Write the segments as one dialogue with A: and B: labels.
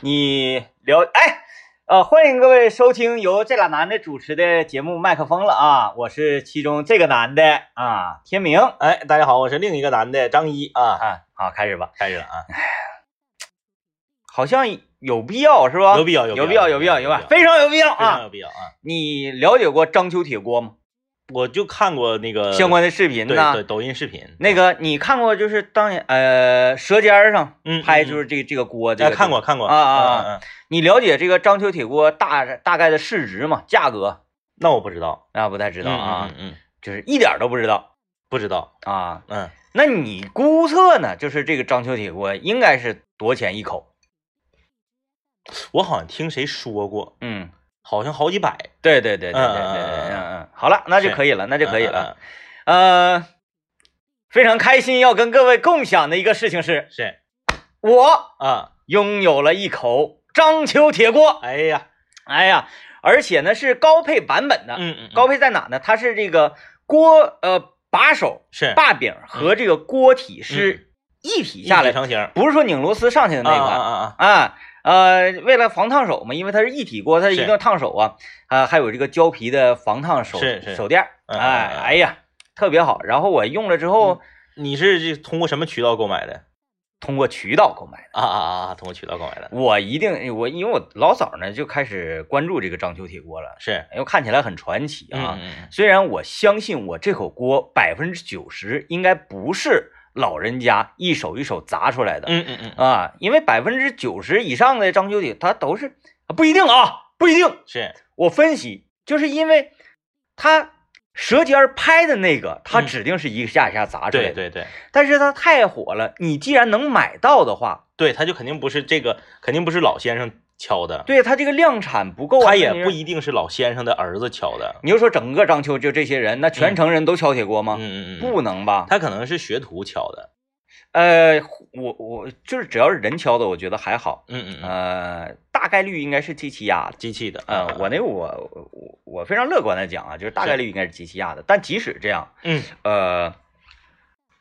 A: 你了哎，呃，欢迎各位收听由这俩男的主持的节目《麦克风》了啊，我是其中这个男的啊，天明
B: 哎，大家好，我是另一个男的张一啊，
A: 啊，好，开始吧，
B: 开始了啊，
A: 好像有必要是吧？
B: 有必要有必
A: 有必
B: 要
A: 要，有必要，有必要，
B: 非
A: 非常有必要
B: 常有
A: 啊！
B: 必要啊！
A: 你了解过章丘铁锅吗？
B: 我就看过那个
A: 相关的视频
B: 对
A: 呐
B: 呃对，抖音视频，
A: 那个你看过就是当年呃《舌尖儿上
B: 嗯
A: 拍就是是这这个锅这
B: 哎
A: 个
B: 看过看过
A: 啊啊
B: 嗯嗯嗯
A: 你了解这个章丘铁锅大大概的市值吗？价格
B: 那我不知道，
A: 啊不太知
B: 知
A: 道啊，
B: 嗯，嗯
A: 就是一点儿都不知道
B: 不知道，
A: 啊。
B: 嗯，
A: 那你估测呢？就是这个章丘铁锅应该是多钱一口？
B: 我好像听谁说过，
A: 嗯，
B: 好像好几百，
A: 对对对对对对对，
B: 嗯嗯嗯
A: 嗯
B: 嗯
A: 嗯，好了，那就是可以了，那就可以了。
B: 嗯，嗯
A: 呃，非常开心要跟各位共享的一个事情是
B: 嗯，是
A: 我
B: 啊，
A: 拥有了一口章丘铁锅。
B: 哎呀，
A: 哎呀，而且呢是高配版本的，
B: 嗯嗯，
A: 高
B: 配
A: 配在哪呢？它是这个锅呃把手
B: 是
A: 把柄和这个锅体是一体下来
B: 嗯一体
A: 的，
B: 成型儿
A: 不是说拧螺丝上去的那
B: 啊
A: 个
B: 啊啊，
A: 啊。呃，为了防烫手嘛，因为它是一体锅，它
B: 是
A: 一定要烫手啊啊，还有这个胶皮的防烫手
B: 是是
A: 手垫儿，
B: 嗯嗯
A: 哎
B: 嗯
A: 哎呀，特别好。然后我用了之后，
B: 你是这通过什么渠道购买的？
A: 通过渠道购买的。
B: 啊啊啊啊，通过渠道购买的，
A: 我一定我因为我老早呢就开始关注这个章丘铁锅了，
B: 是
A: 因为看起来很传奇啊。
B: 嗯嗯
A: 虽然我相信我这口锅百分之九十应该不是老人家一手一手砸出来的、
B: 嗯嗯嗯嗯，
A: 啊，因为百分之九十以上的章丘铁它都是啊不一定啊，不一定。
B: 是
A: 我分析就是因为它舌尖儿拍的那个，它
B: 嗯
A: 指定是一下一下砸出来
B: 啊对
A: 的，
B: 对对。
A: 但是它太火了，你既然能买到的话，
B: 对，他就肯定不是这个，肯定不是老先生敲的，
A: 对它这个量产不啊够啊，
B: 他也
A: 你
B: 不一定是老先生的儿子敲的。
A: 你就说整个章丘就这些人，那全城人都敲铁锅吗？
B: 嗯嗯嗯嗯，
A: 不，能吧？
B: 他可能是学徒敲的。
A: 呃，我我就是只要是人敲的，我觉得还好。
B: 嗯嗯嗯，
A: 呃，大概率应该是机器压的。
B: 机器的。啊
A: 呃，我那个我我我非常乐观的讲啊，就是大概率应该是机器压的。但即使这样，
B: 嗯
A: 呃，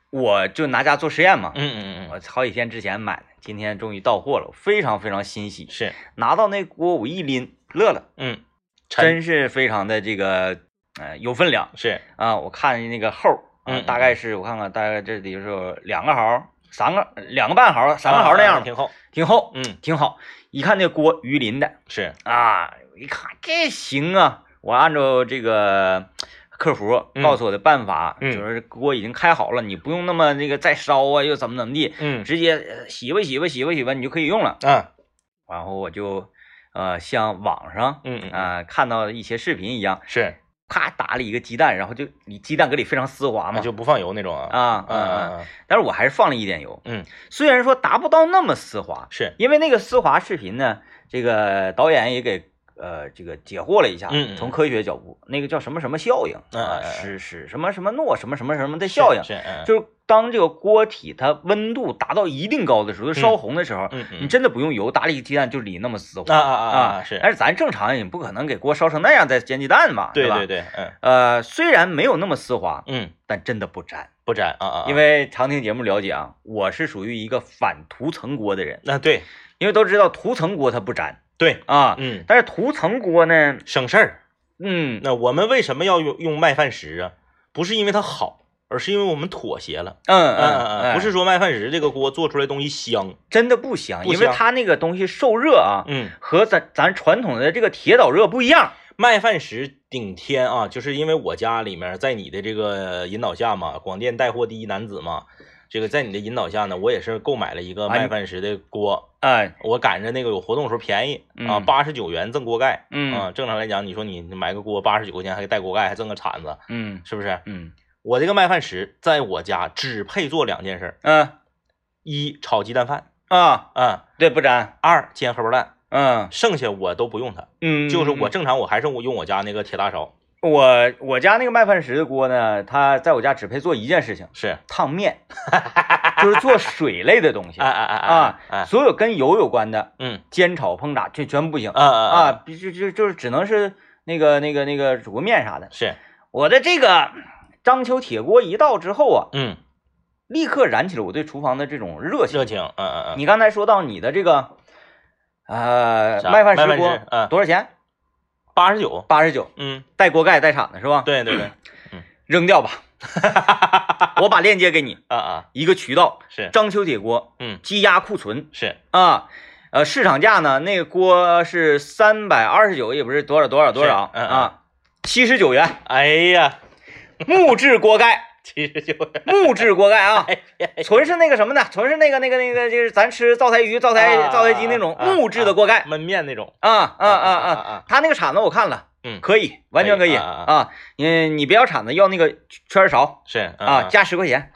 A: 我就拿家做实验嘛。
B: 嗯嗯嗯嗯，
A: 我好几天之前买的，今天终于到货了，我非常非常欣喜。
B: 是，
A: 拿到那锅我一拎，乐了，
B: 嗯，
A: 真是非常的这个呃有分量
B: 是，
A: 啊！我看那个后儿啊
B: 嗯嗯
A: 大概是我看看，大概这里就是有两个毫，三个两个半毫，三个
B: 啊
A: 毫那样吧
B: 啊挺厚。
A: 挺厚，
B: 嗯，
A: 挺好。一看这锅鱼鳞的
B: 是，
A: 啊，一看这行啊，我按照这个客服
B: 嗯
A: 告诉我的办法，
B: 嗯
A: 就是锅已经开好了，你不用那么那个再烧啊，又怎么怎么地，
B: 嗯
A: 直接呃洗吧洗吧洗吧洗吧，你就可以用了。
B: 啊，
A: 然后我就呃像网上
B: 嗯嗯嗯，
A: 啊、看到的一些视频一样，
B: 是，
A: 咔打了一个鸡蛋，然后就你鸡蛋搁里非常丝滑嘛，
B: 啊就不放油那种啊。
A: 啊
B: 啊
A: 嗯嗯，
B: 啊，
A: 但是我还是放了一点油，
B: 嗯，
A: 虽然说达不到那么丝滑，
B: 是，
A: 因为那个丝滑视频呢，这个导演也给呃这个解惑了一下，
B: 嗯嗯嗯
A: 从科学角度，那个叫什么什么效应
B: 嗯
A: 啊
B: 嗯，嗯
A: 是是什么什么诺什么什么什么的效应，
B: 是，嗯
A: 就是当这个锅体它温度达到一定高的时候，烧红的时候，
B: 嗯嗯，
A: 你真的不用油，打了一个鸡蛋就里那么丝
B: 啊
A: 滑
B: 啊啊啊，是，
A: 但是咱正常人也不可能给锅烧成那样再煎鸡蛋吧，
B: 对
A: 吧？
B: 对对，嗯
A: 呃，虽然没有那么丝滑，
B: 嗯，
A: 但真的不粘，
B: 不粘啊啊，啊
A: 因为常听节目了解啊，我是属于一个反涂层锅的人，
B: 那对
A: 因为都知道涂层锅它不粘
B: 对，
A: 啊，
B: 嗯，
A: 但是涂层锅呢，
B: 省事儿。
A: 嗯，
B: 那我们为什么要用用麦饭石啊？不是因为它好，而是因为我们妥协了。
A: 嗯
B: 嗯嗯
A: 嗯，
B: 嗯，不是
A: 哎
B: 说麦饭石这个锅做出来东西香，
A: 真的不香，
B: 不
A: 因
B: 香
A: 为它那个东西受热啊，
B: 嗯，
A: 和咱咱传统的这个铁导热不一样。
B: 麦饭石顶天啊，就是因为我家里面在你的这个引导下嘛，广电带货第一男子嘛，这个在你的引导下呢，我也是购买了一个
A: 啊你
B: 麦饭石的锅，
A: 哎，
B: 我赶着那个有活动的时候便宜啊，
A: 嗯
B: 八十九元赠锅盖。啊，
A: 嗯
B: 正常来讲，你说你买个锅八十九块钱，还带锅盖，还赠个铲子，
A: 嗯
B: 是不是？
A: 嗯
B: 我这个麦饭石在我家只配做两件事儿：
A: 嗯
B: 一炒鸡蛋饭，
A: 啊，
B: 嗯，
A: 对，不粘，
B: 二煎荷包蛋，
A: 嗯
B: 剩下我都不用它，
A: 嗯，
B: 就是我正常我还是我用我家那个铁大勺，
A: 我我家那个麦饭石的锅呢，它在我家只配做一件事情，
B: 是，
A: 烫面， 就是做水类的东西
B: 哎哎哎
A: 啊
B: 哎，哎，
A: 所有跟油有关的
B: 嗯，
A: 煎炒烹炸这全不行
B: 啊啊
A: 啊，，必须就就是只能是那个那个那个煮个面啥的。
B: 是，
A: 我的这个章丘铁锅一到之后啊，
B: 嗯，
A: 立刻燃起了我对厨房的这种热情。
B: 热情，嗯嗯嗯，
A: 你刚才说到你的这个，呃，
B: 啥
A: 麦饭
B: 麦
A: 石
B: 饭
A: 锅
B: 石嗯
A: 多少钱？
B: 八十九，
A: 八十九，
B: 嗯，
A: 带锅盖带铲子是吧？，
B: 对对 对，
A: 扔掉吧， 我把链接给你，
B: 啊啊，
A: 一个渠道，
B: 是，
A: 章丘铁锅，
B: 嗯，
A: 积压库存
B: 是
A: 啊。呃，市场价呢？那个锅是三百二十九，也不是多少多少多少
B: 是嗯嗯
A: 啊，七十九元，
B: 哎呀，
A: 木质锅盖，
B: 七 十九，
A: 木质锅盖啊，
B: 哎呀，
A: 纯是那个什么呢？纯是那个那个那个，就是咱吃灶台鱼、灶台
B: 啊
A: 灶台鸡那种
B: 啊啊
A: 木质的锅盖
B: 焖面那种，
A: 啊啊啊
B: 啊
A: 啊！
B: 啊，
A: 他那个铲子我看了，
B: 嗯
A: 可以，完全可以
B: 可以啊啊
A: 啊。你你不要铲子，要那个圈儿勺
B: 是嗯
A: 啊，，加十块 钱，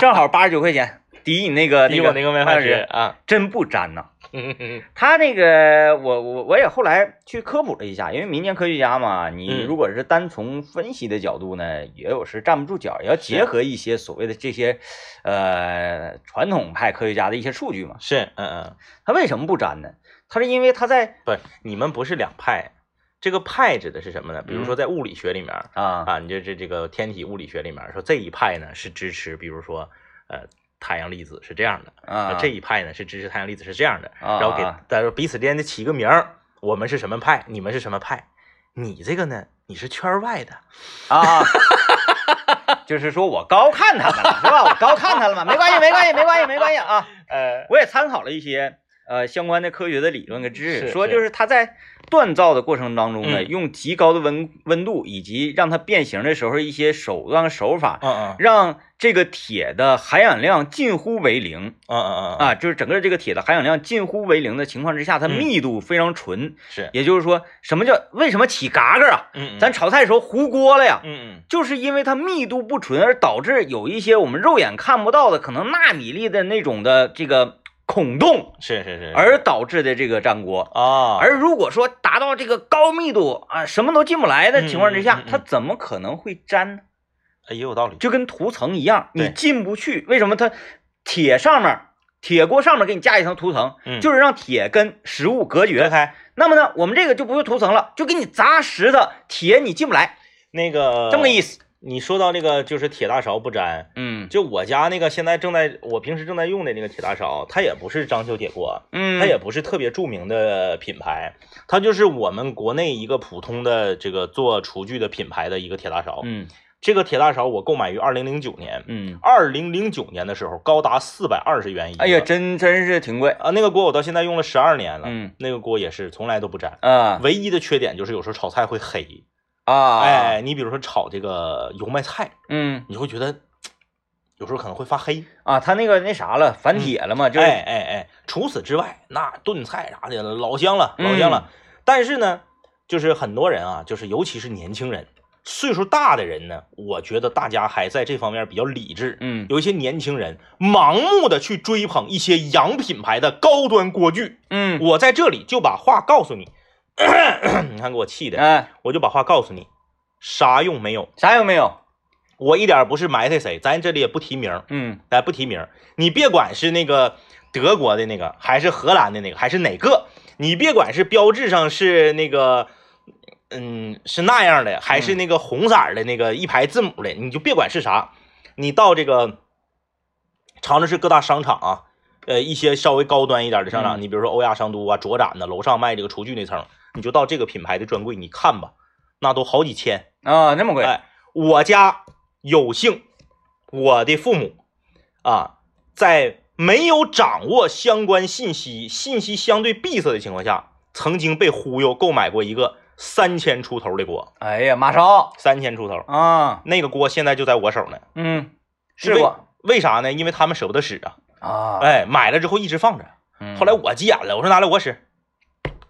A: 正好八十九块钱，抵你那个
B: 比我那个麦
A: 饭
B: 饭石啊，
A: 真不沾呐。
B: 嗯嗯
A: 他那个，我我我也后来去科普了一下，因为民间科学家嘛，你
B: 嗯
A: 如果是单从分析的角度呢，也有是站不住脚，也要结合一些所谓的这些，呃，传统派科学家的一些数据嘛。
B: 是，嗯嗯，
A: 他为什么不粘呢？他是因为他在
B: 不是，你们不是两派，这个派指的是什么呢？比如说
A: 嗯
B: 在物理学里面，
A: 啊
B: 啊，你这这这个天体物理学里面说这一派呢是支持，比如说呃太阳粒子是这样的，
A: 啊
B: 这一派呢是支持太阳粒子是这样的，
A: 啊
B: 然后给
A: 啊
B: 大家彼此之间的起个名儿，我们是什么派，你们是什么派，你这个呢你是圈儿外的，
A: 啊，就是说我高看他们了，是吧？我高看他了嘛，没关系，没关系，没关系，没关系啊！
B: 呃，
A: 我也参考了一些呃相关的科学的理论跟知识，
B: 是
A: 说
B: 是
A: 就是他在锻造的过程当中呢，
B: 嗯
A: 用极高的温温度以及让它变形的时候一些手段手法，
B: 嗯嗯
A: 让这个铁的含氧量近乎为零
B: 嗯嗯嗯，
A: 啊，就是整个这个铁的含氧量近乎为零的情况之下，它
B: 嗯
A: 密度非常纯，
B: 是，
A: 也就是说，什么叫为什么起嘎嘎啊？
B: 嗯嗯
A: 咱炒菜的时候糊锅了呀，
B: 嗯
A: 就是因为它密度不纯，而导致有一些我们肉眼看不到的，可能纳米粒的那种的这个孔洞，
B: 嗯是是是，
A: 而导致的这个粘锅。
B: 啊
A: 而如果说达到这个高密度啊，什么都进不来的情况之
B: 嗯
A: 下
B: 嗯嗯，嗯
A: 它怎么可能会粘呢？
B: 哎也有道理，
A: 就跟涂层一样，
B: 对
A: 你进不去。为什么它铁上面铁锅上面给你加一层涂层，
B: 嗯
A: 就是让铁跟食物隔绝
B: 隔。开
A: 那么呢，我们这个就不用涂层了，就给你砸实的铁，你进不来，
B: 那个
A: 这么个意
B: 思。
A: 思。
B: 你说到那个就是铁大勺不粘，
A: 嗯
B: 就我家那个现在正在我平时正在用的那个铁大勺，它也不是章丘铁锅，
A: 嗯，
B: 它也不是特别著名的品牌，它就是我们国内一个普通的这个做厨具的品牌的一个铁大勺。
A: 嗯
B: 这个铁大勺我购买于二零零九年，
A: 嗯，
B: 二零零九年的时候高达四百二十元一个。
A: 哎呀，真真是挺贵
B: 啊，那个锅我到现在用了十二年了，
A: 嗯，
B: 那个锅也是从来都不沾，
A: 啊
B: 唯一的缺点就是有时候炒菜会黑。
A: 啊，
B: 哎，你比如说炒这个油麦菜，
A: 嗯
B: 你会觉得有时候可能会发黑。
A: 啊，他那个那啥了，反铁了嘛，就是
B: 哎哎哎，除此之外，那炖菜啥的老香了，老
A: 嗯
B: 香了。但是呢，就是很多人啊，就是尤其是年轻人，岁数大的人呢，我觉得大家还在这方面比较理智。
A: 嗯
B: 有一些年轻人盲目的去追捧一些洋品牌的高端锅具，
A: 嗯，
B: 我在这里就把话告诉你， 你看给我气的，
A: 哎，
B: 我就把话告诉你，啥用没有？
A: 啥有没有？
B: 我一点不是埋汰谁，咱这里也不提名儿，
A: 嗯
B: 咱不提名儿，你别管是那个德国的那个，还是荷兰的那个，还是哪个，你别管是标志上是那个，嗯，是那样的，还是那个红色儿的那个一排字母的，你就别管是啥，你到这个长春市各大商场啊，呃，一些稍微高端一点的商场，
A: 嗯
B: 你比如说欧亚商都啊、卓展呐，楼上卖这个厨具那层，你就到这个品牌的专柜，你看吧，那都好几千，
A: 啊，那么贵，
B: 哎，我家有幸，我的父母啊，在没有掌握相关信息、信息相对闭塞的情况下，曾经被忽悠购买过一个三千出头的锅，
A: 哎呀，马烧
B: 三千出头，
A: 啊，
B: 那个锅现在就在我手呢。
A: 嗯，
B: 因
A: 试
B: 为
A: 过
B: 为啥呢？因为他们舍不得使啊，
A: 啊，
B: 哎，买了之后一直放着。
A: 嗯
B: 后来我急眼了，我说拿来我使，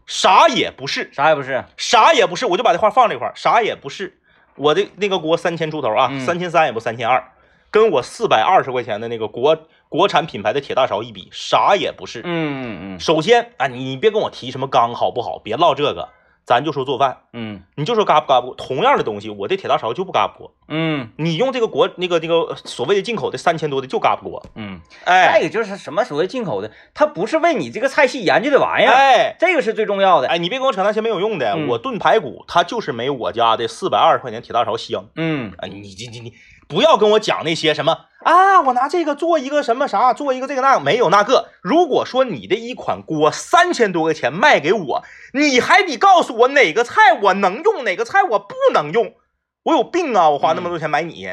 B: 啥也不是，
A: 啥也不是，
B: 啥也不是，我就把这话放这块儿，啥也不是。我的那个锅三千出头啊，
A: 嗯
B: 三千三也不三千二，跟我四百二十块钱的那个国国产品牌的铁大勺一比，啥也不是。
A: 嗯嗯
B: 首先啊，你你别跟我提什么刚好不好，别唠这个，咱就说做饭，
A: 嗯
B: 你就说嘎不嘎不。同样的东西，我的铁大勺就不嘎不过，
A: 嗯
B: 你用这个国那个那个所谓的进口的三千多的就嘎不过。
A: 嗯，再一
B: 哎
A: 个就是什么所谓进口的，它不是为你这个菜系研究的玩意儿，
B: 哎
A: 这个是最重要的。
B: 哎，你别跟我扯那些没有用的，
A: 嗯
B: 我炖排骨它就是没我家的四百二十块钱铁大勺香。
A: 嗯
B: 啊，你你你你不要跟我讲那些什么，啊，我拿这个做一个什么啥，做一个这个那个，没有那个。如果说你的一款锅三千多块钱卖给我，你还得告诉我哪个菜我能用，哪个菜我不能用，我有病啊！我花那么多钱买你，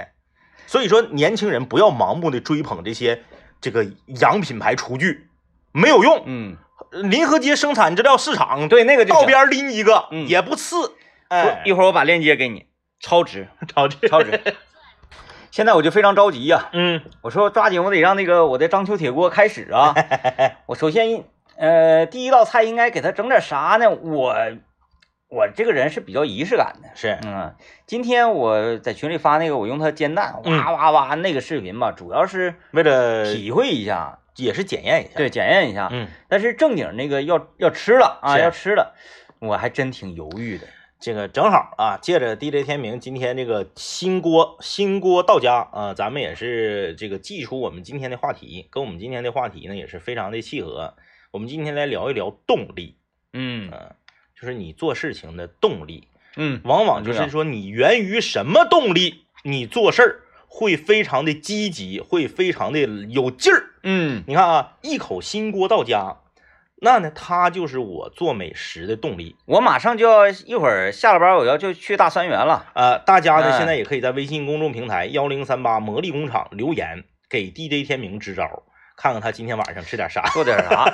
B: 所以说年轻人不要盲目的追捧这些这个洋品牌厨具，没有用。
A: 嗯，
B: 临河街生产资料市场，
A: 对，那个就
B: 道
A: 行
B: 边拎一个、
A: 嗯
B: 也不次，
A: 我
B: 哎，
A: 一会儿我把链接给你，超值，
B: 超值，
A: 超值。现在我就非常着急呀、
B: 嗯
A: 我说抓紧，我得让那个我的章丘铁锅开始啊！ 我首先，呃，第一道菜应该给他整点啥呢？我我这个人是比较仪式感的。
B: 是，
A: 嗯，今天我在群里发那个我用它煎蛋，
B: 嗯
A: 哇哇哇那个视频吧，主要是
B: 为了
A: 体会一下，
B: 也是检验一下，
A: 对，检验一下。
B: 嗯。
A: 但是正经那个要要吃了啊，
B: 是
A: 要吃了，我还真挺犹豫的。
B: 这个正好啊，借着 DJ 天明今天这个新锅新锅到家啊，咱们也是这个寄出我们今天的话题，跟我们今天的话题呢也是非常的契合。我们今天来聊一聊动力，
A: 嗯
B: 就是你做事情的动力，
A: 嗯
B: 往往就是说你源于什么动力，你做事儿会非常的积极，会非常的有劲儿。
A: 嗯
B: 你看啊，一口新锅到家，那呢，它就是我做美食的动力。
A: 我马上就要一会儿下了班，我要就去大三元了。
B: 呃，大家呢
A: 哎
B: 现在也可以在微信公众平台幺零三八魔力工厂留言给 DJ 天明支招，看看他今天晚上吃点啥。
A: 做点啥？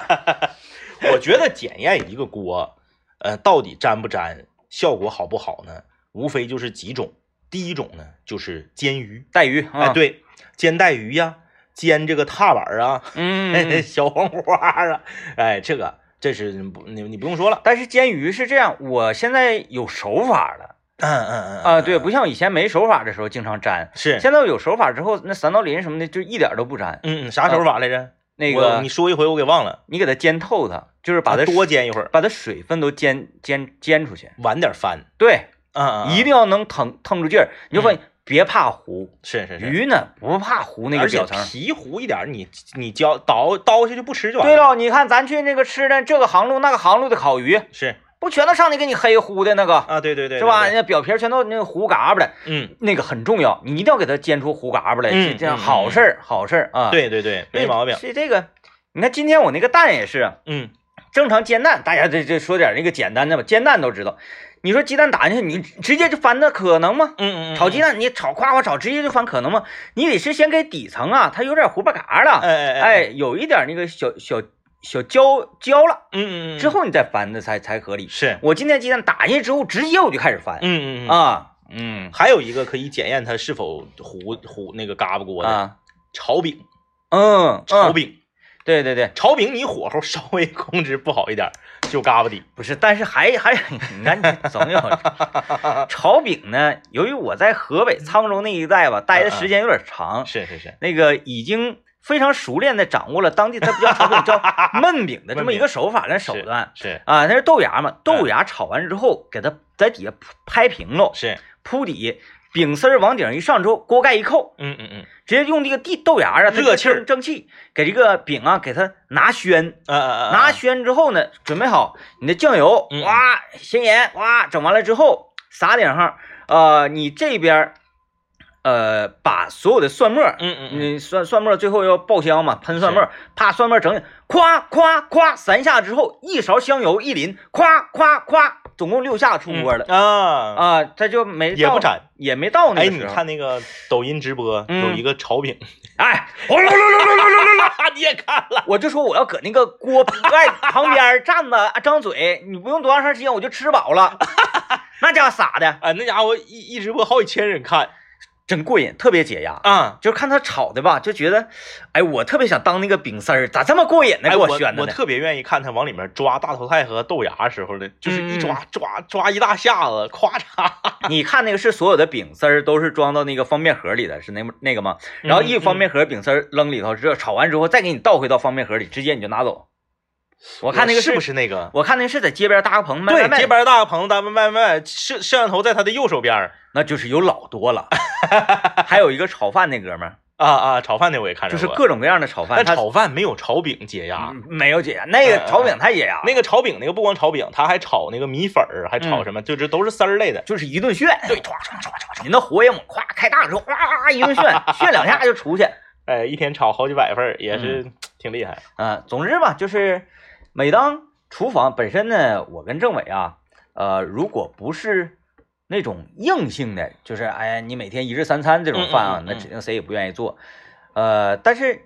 B: 我觉得检验一个锅，呃，到底粘不粘，效果好不好呢？无非就是几种。第一种呢，就是煎鱼，
A: 带鱼啊，
B: 哎，，对，煎带鱼呀，煎这个踏板啊，
A: 嗯，
B: 小黄花啊，哎，这个这是你不你你不用说了，
A: 但是煎鱼是这样，我现在有手法了
B: 嗯嗯嗯
A: 啊，对，，不像以前没手法的时候经常粘，
B: 是，
A: 现在有手法之后，那三道鳞什么的就一点都不粘。
B: 嗯嗯，啥手法来着？
A: 那
B: 我
A: 个
B: 你说一回我给忘了，
A: 你给它煎透它，就是把它
B: 啊多煎一会儿。
A: 把它水分都煎煎煎出去，
B: 晚点翻，
A: 对，
B: 嗯
A: 一
B: 一定
A: 定要能腾腾出劲儿，你就发现别怕糊，
B: 是嗯是是，
A: 鱼呢不怕糊那个
B: 而且
A: 表层。
B: 皮糊一点儿，你你嚼倒刀下就不吃就完
A: 对
B: 了。
A: 了，你看咱去那个吃的这个航路那个航路的烤鱼，
B: 是
A: 不全都上去给你黑糊的那个，
B: 啊，对对对，
A: 是吧？人
B: 对？
A: 家表皮儿全都那个糊嘎巴的，
B: 嗯，
A: 那个很重要，你一定要给它煎出糊嘎巴来，
B: 嗯
A: 这这样好事儿，好事儿啊。，
B: 对对对，没毛病。
A: 所以这个，你看今天我那个蛋也是
B: 嗯，
A: 正常煎蛋，大家这这说点那个简单的吧，煎蛋都知道。你说鸡蛋打进去，你直接就翻那可能吗？
B: 嗯嗯，
A: 炒鸡
B: 蛋，
A: 蛋你炒夸夸炒，直接就翻可能吗？你得是先给底层啊，它有点糊巴嘎
B: 哎
A: 了，
B: 哎
A: 哎，，有一点那个小小小焦焦了，
B: 嗯嗯嗯，
A: 之后你再翻的才才合理。
B: 是，
A: 我今天鸡蛋打进去之后，直接我就开始翻
B: 嗯嗯嗯，
A: 啊，嗯
B: 还有一个可以检验它是否糊糊那个嘎巴锅的
A: 啊，
B: 炒饼，
A: 嗯，
B: 炒
A: 嗯，
B: 饼，
A: 对对对。
B: 炒饼你火候稍微控制不好一点儿就嘎巴底。
A: 不是，但是还还，你看你总有炒饼呢。由于我在河
B: 嗯
A: 北沧州那一带吧，待的时间有点长，
B: 是是是，
A: 那个已经非常熟练的掌握了当地它不叫炒 饼，叫焖饼的这么一个手法跟手段
B: 是嗯
A: 啊。那是豆芽嘛，豆芽炒完之后，给它在底下铺拍平喽，
B: 是，
A: 铺底，饼丝儿往顶上一上之后，锅盖一扣，
B: 嗯嗯嗯，
A: 直接用这个地豆芽啊，它
B: 热气儿
A: 蒸蒸汽给这个饼啊，给它拿暄。
B: 啊啊啊，
A: 拿宣之后呢，准备好你的酱油
B: 嗯，
A: 哇，咸盐，哇，整完了之后撒顶上，呃，你这边儿，呃，把所有的蒜末儿，
B: 嗯嗯嗯，
A: 你蒜蒜末儿最后要爆香嘛，喷蒜末儿，啪，蒜末儿整，夸夸夸三下之后，一勺香油一淋，夸夸夸，总共六下出锅了
B: 啊
A: 啊，它就没
B: 也
A: 到
B: 不粘，
A: 也没到那
B: 哎，
A: 个
B: 你
A: 时候，
B: 看那个抖音直播有
A: 嗯
B: 一个 炒饼，
A: 哎，轰隆隆隆隆隆隆隆隆。
B: 你也看了？
A: 我就说我要搁那个锅盖旁边站着，啊张嘴，你不用多长时间我就吃饱 了。那家伙撒的
B: 啊，那家伙一一直播好几千人看
A: 真过瘾，特别解压。
B: 啊！
A: 就是看他炒的吧，就觉得，哎，我特别想当那个饼丝儿，咋这么过瘾呢？
B: 哎，
A: 给
B: 我
A: 选的
B: 我
A: 呢？
B: 特别愿意看他往里面抓大头菜和豆芽时候的，就是一
A: 嗯
B: 抓抓抓一大下子，咵嚓，
A: 你看那个是所有的饼丝儿都是装到那个方便盒里的，是那么那个吗？然后一方便盒饼丝儿扔里头，之后炒完之后再给你倒回到方便盒里，直接你就拿走。我
B: 我
A: 看那个
B: 是不？是那个？
A: 我看那个是在街边搭个棚卖
B: 对
A: 外，卖
B: 街边大个棚单卖卖卖，摄摄像头在他的右手边儿
A: 那就是有老多了。 还有一个炒饭那哥们儿，
B: 啊啊！炒饭那我也看
A: 就
B: 着
A: 是
B: 过，
A: 各种各样的炒饭，
B: 但
A: 它
B: 炒饭没有炒饼解压。
A: 嗯没有解压，那
B: 嗯
A: 个
B: 嗯
A: 炒饼啊太解压了，
B: 那个炒饼那个不光炒饼，他还炒那个米粉儿，还
A: 嗯
B: 炒什么，就这都是丝儿类的。
A: 就是一顿炫，对，唰唰唰唰唰，你那火也猛，咵开大之后，哇哇哇一顿炫，炫两下就出去，
B: 哎，一天炒好几百份儿，也
A: 嗯
B: 是挺厉害。
A: 呃，总之吧，就是每当厨房本身呢，我跟政委啊，呃，如果不是那种硬性的，就是哎呀，你每天一日三餐这种饭啊，
B: 嗯嗯嗯
A: 那指定谁也不愿意做。呃，但是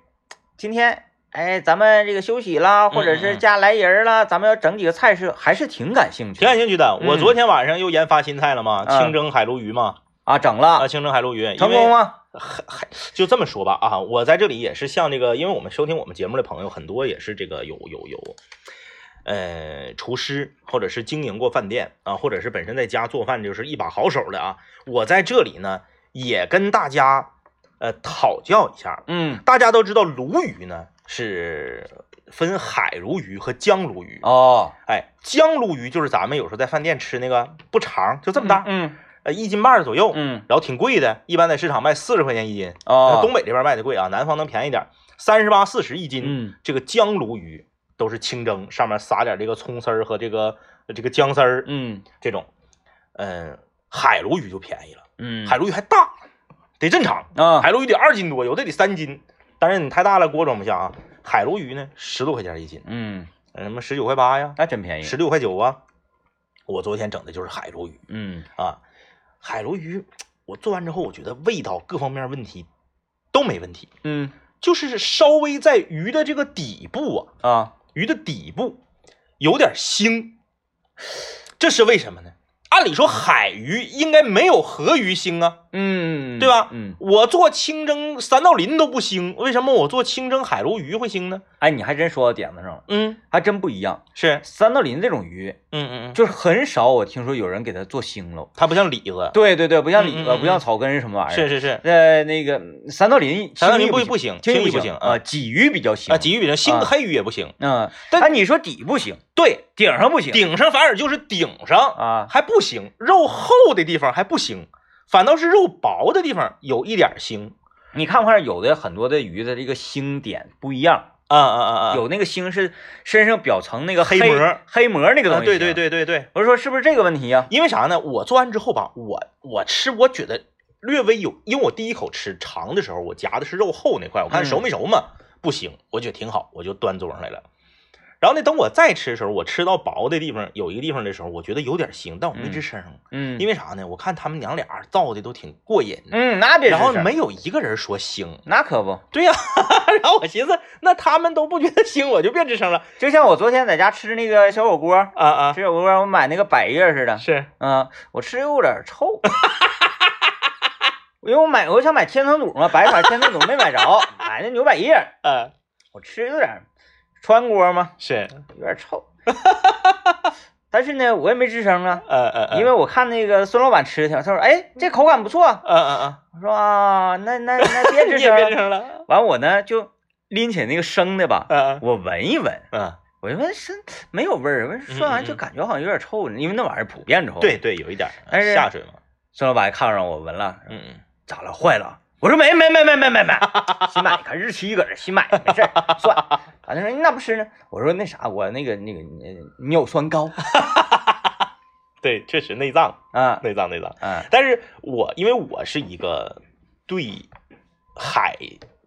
A: 今天哎，咱们这个休息啦，或者
B: 嗯
A: 是
B: 嗯
A: 家来人啦，咱们要整几个菜是还是挺感兴趣
B: 挺
A: 的
B: 感兴趣的，我
A: 嗯
B: 昨天晚上又研发新菜了嘛，
A: 啊
B: 清蒸海鲈鱼嘛，
A: 啊，整
B: 啊，
A: 了
B: 清蒸海鲈鱼，因为
A: 成功吗？
B: 就这么说吧啊，我在这里也是向这个，因为我们收听我们节目的朋友很多也是这个有有有，呃，厨师或者是经营过饭店啊，或者是本身在家做饭就是一把好手的啊。我在这里呢也跟大家呃讨教一下，
A: 嗯，
B: 大家都知道鲈鱼呢是分海鲈鱼和江鲈鱼，
A: 哦，
B: 哎，江鲈鱼就是咱们有时候在饭店吃那个不长，就这么大，
A: 嗯
B: 呃一斤半儿左右，
A: 嗯，
B: 然后挺贵的，一般在市场卖四十块钱一斤。
A: 哦，
B: 东北这边卖的贵啊，南方能便宜点，三十八四十一斤。
A: 嗯
B: 这个江鲈鱼都是清蒸，上面撒点这个葱丝儿和这个这个姜丝儿
A: 嗯
B: 这种。嗯，海鲈鱼就便宜了，
A: 嗯，
B: 海鲈鱼还大，得正常，
A: 啊，
B: 海鲈鱼得二斤多，有的得三斤。但是你太大了锅装不下啊。海鲈鱼呢，十多块钱一斤，
A: 嗯，
B: 呃什么十九块八呀，
A: 那真便宜，
B: 十六块九啊。我昨天整的就是海鲈鱼
A: 嗯
B: 啊，海鲈鱼我做完之后，我觉得味道各方面问题都没问题。
A: 嗯
B: 就是稍微在鱼的这个底部啊，
A: 啊，
B: 鱼的底部有点腥，这是为什么呢？按理说海鱼应该没有河鱼腥啊，
A: 嗯，
B: 对吧？
A: 嗯，
B: 我做清蒸三道鳞都不腥，为什么我做清蒸海鲈鱼会腥呢？
A: 哎，你还真说到点子上了，
B: 嗯，
A: 还真不一样。
B: 是，
A: 三道鳞这种鱼，
B: 嗯嗯嗯，
A: 就是很少我听说有人给它做腥喽。
B: 它不像里子，
A: 对对对，不像
B: 嗯
A: 里
B: 嗯
A: 子，
B: 嗯
A: 不像草根什么玩意
B: 是
A: 儿。
B: 是是，
A: 呃，那个三道鳞，
B: 三道鳞
A: 青鱼不
B: 不不行，
A: 青
B: 青鱼
A: 不
B: 行嗯
A: 啊，鲫鱼比较腥
B: 啊，鲫鱼不行，腥
A: 啊
B: 黑鱼也不行，
A: 嗯，
B: 但
A: 哎，你说底不行，
B: 对，
A: 顶上不行
B: 顶上反而就是顶上
A: 啊，
B: 还不行，肉厚的地方还不行，反倒是肉薄的地方有一点腥。
A: 你看不看有的很多的鱼的这个腥点不一样，
B: 啊啊啊啊
A: 有那个腥是身上表层那个
B: 黑
A: 黑
B: 膜
A: 黑膜那个东
B: 啊
A: 西。
B: 对对，对对对，
A: 我是说是不是这个问题呀？
B: 因为啥呢？我做完之后吧，我我吃我觉得略微有，因为我第一口吃尝的时候，我夹的是肉厚那块，我看
A: 嗯
B: 熟没熟嘛，不行，我觉得挺好，我就端桌上来了。然后呢，等我再吃的时候，我吃到薄的地方有一个地方的时候，我觉得有点腥，但我没吱声，
A: 嗯，
B: 因
A: 为
B: 为啥呢？我看他们娘俩造的都挺过瘾，
A: 嗯，那别
B: 然后
A: 吱声
B: 没有一个人说腥。
A: 那可不，
B: 对呀、 然后我寻思，那他们都不觉得腥，我就别吱声了。
A: 就像我昨天在家吃那个小火锅，
B: 啊啊，
A: 吃小火锅我买那个百叶似的，
B: 是
A: 嗯、我吃有点 臭，因为我买我想买千层肚嘛，白法千层肚没 买着，买那牛百叶，
B: 啊，
A: 我吃有点川锅嘛，
B: 是，
A: 有点 臭，但是呢我也没吱声啊，
B: 呃呃呃，
A: 因为我看那个孙老板吃的，他说哎这口感不错，
B: 呃呃呃，
A: 我说啊那那那别
B: 你也
A: 吱
B: 别吱
A: 声，
B: 声了。
A: 完我呢就拎起那个生的吧，
B: 嗯
A: 我闻一闻。
B: 嗯，
A: 我就问是没有味儿，我说涮完就
B: 嗯嗯嗯
A: 感觉好像有点臭，因为那玩意儿普遍臭。
B: 对，对，有一点儿嗯
A: 但是
B: 下水嘛。
A: 孙老板看上我闻了，
B: 嗯嗯，
A: 咋了？坏了？我说没没没没没没没，新买，看日期搁这儿新买，没事儿，算。完他说你咋不吃呢？我说那啥，我那个那个呃尿酸高
B: 对，确实内脏，
A: 啊
B: 内脏，内脏。
A: 啊
B: 但是我因为我是一个对海，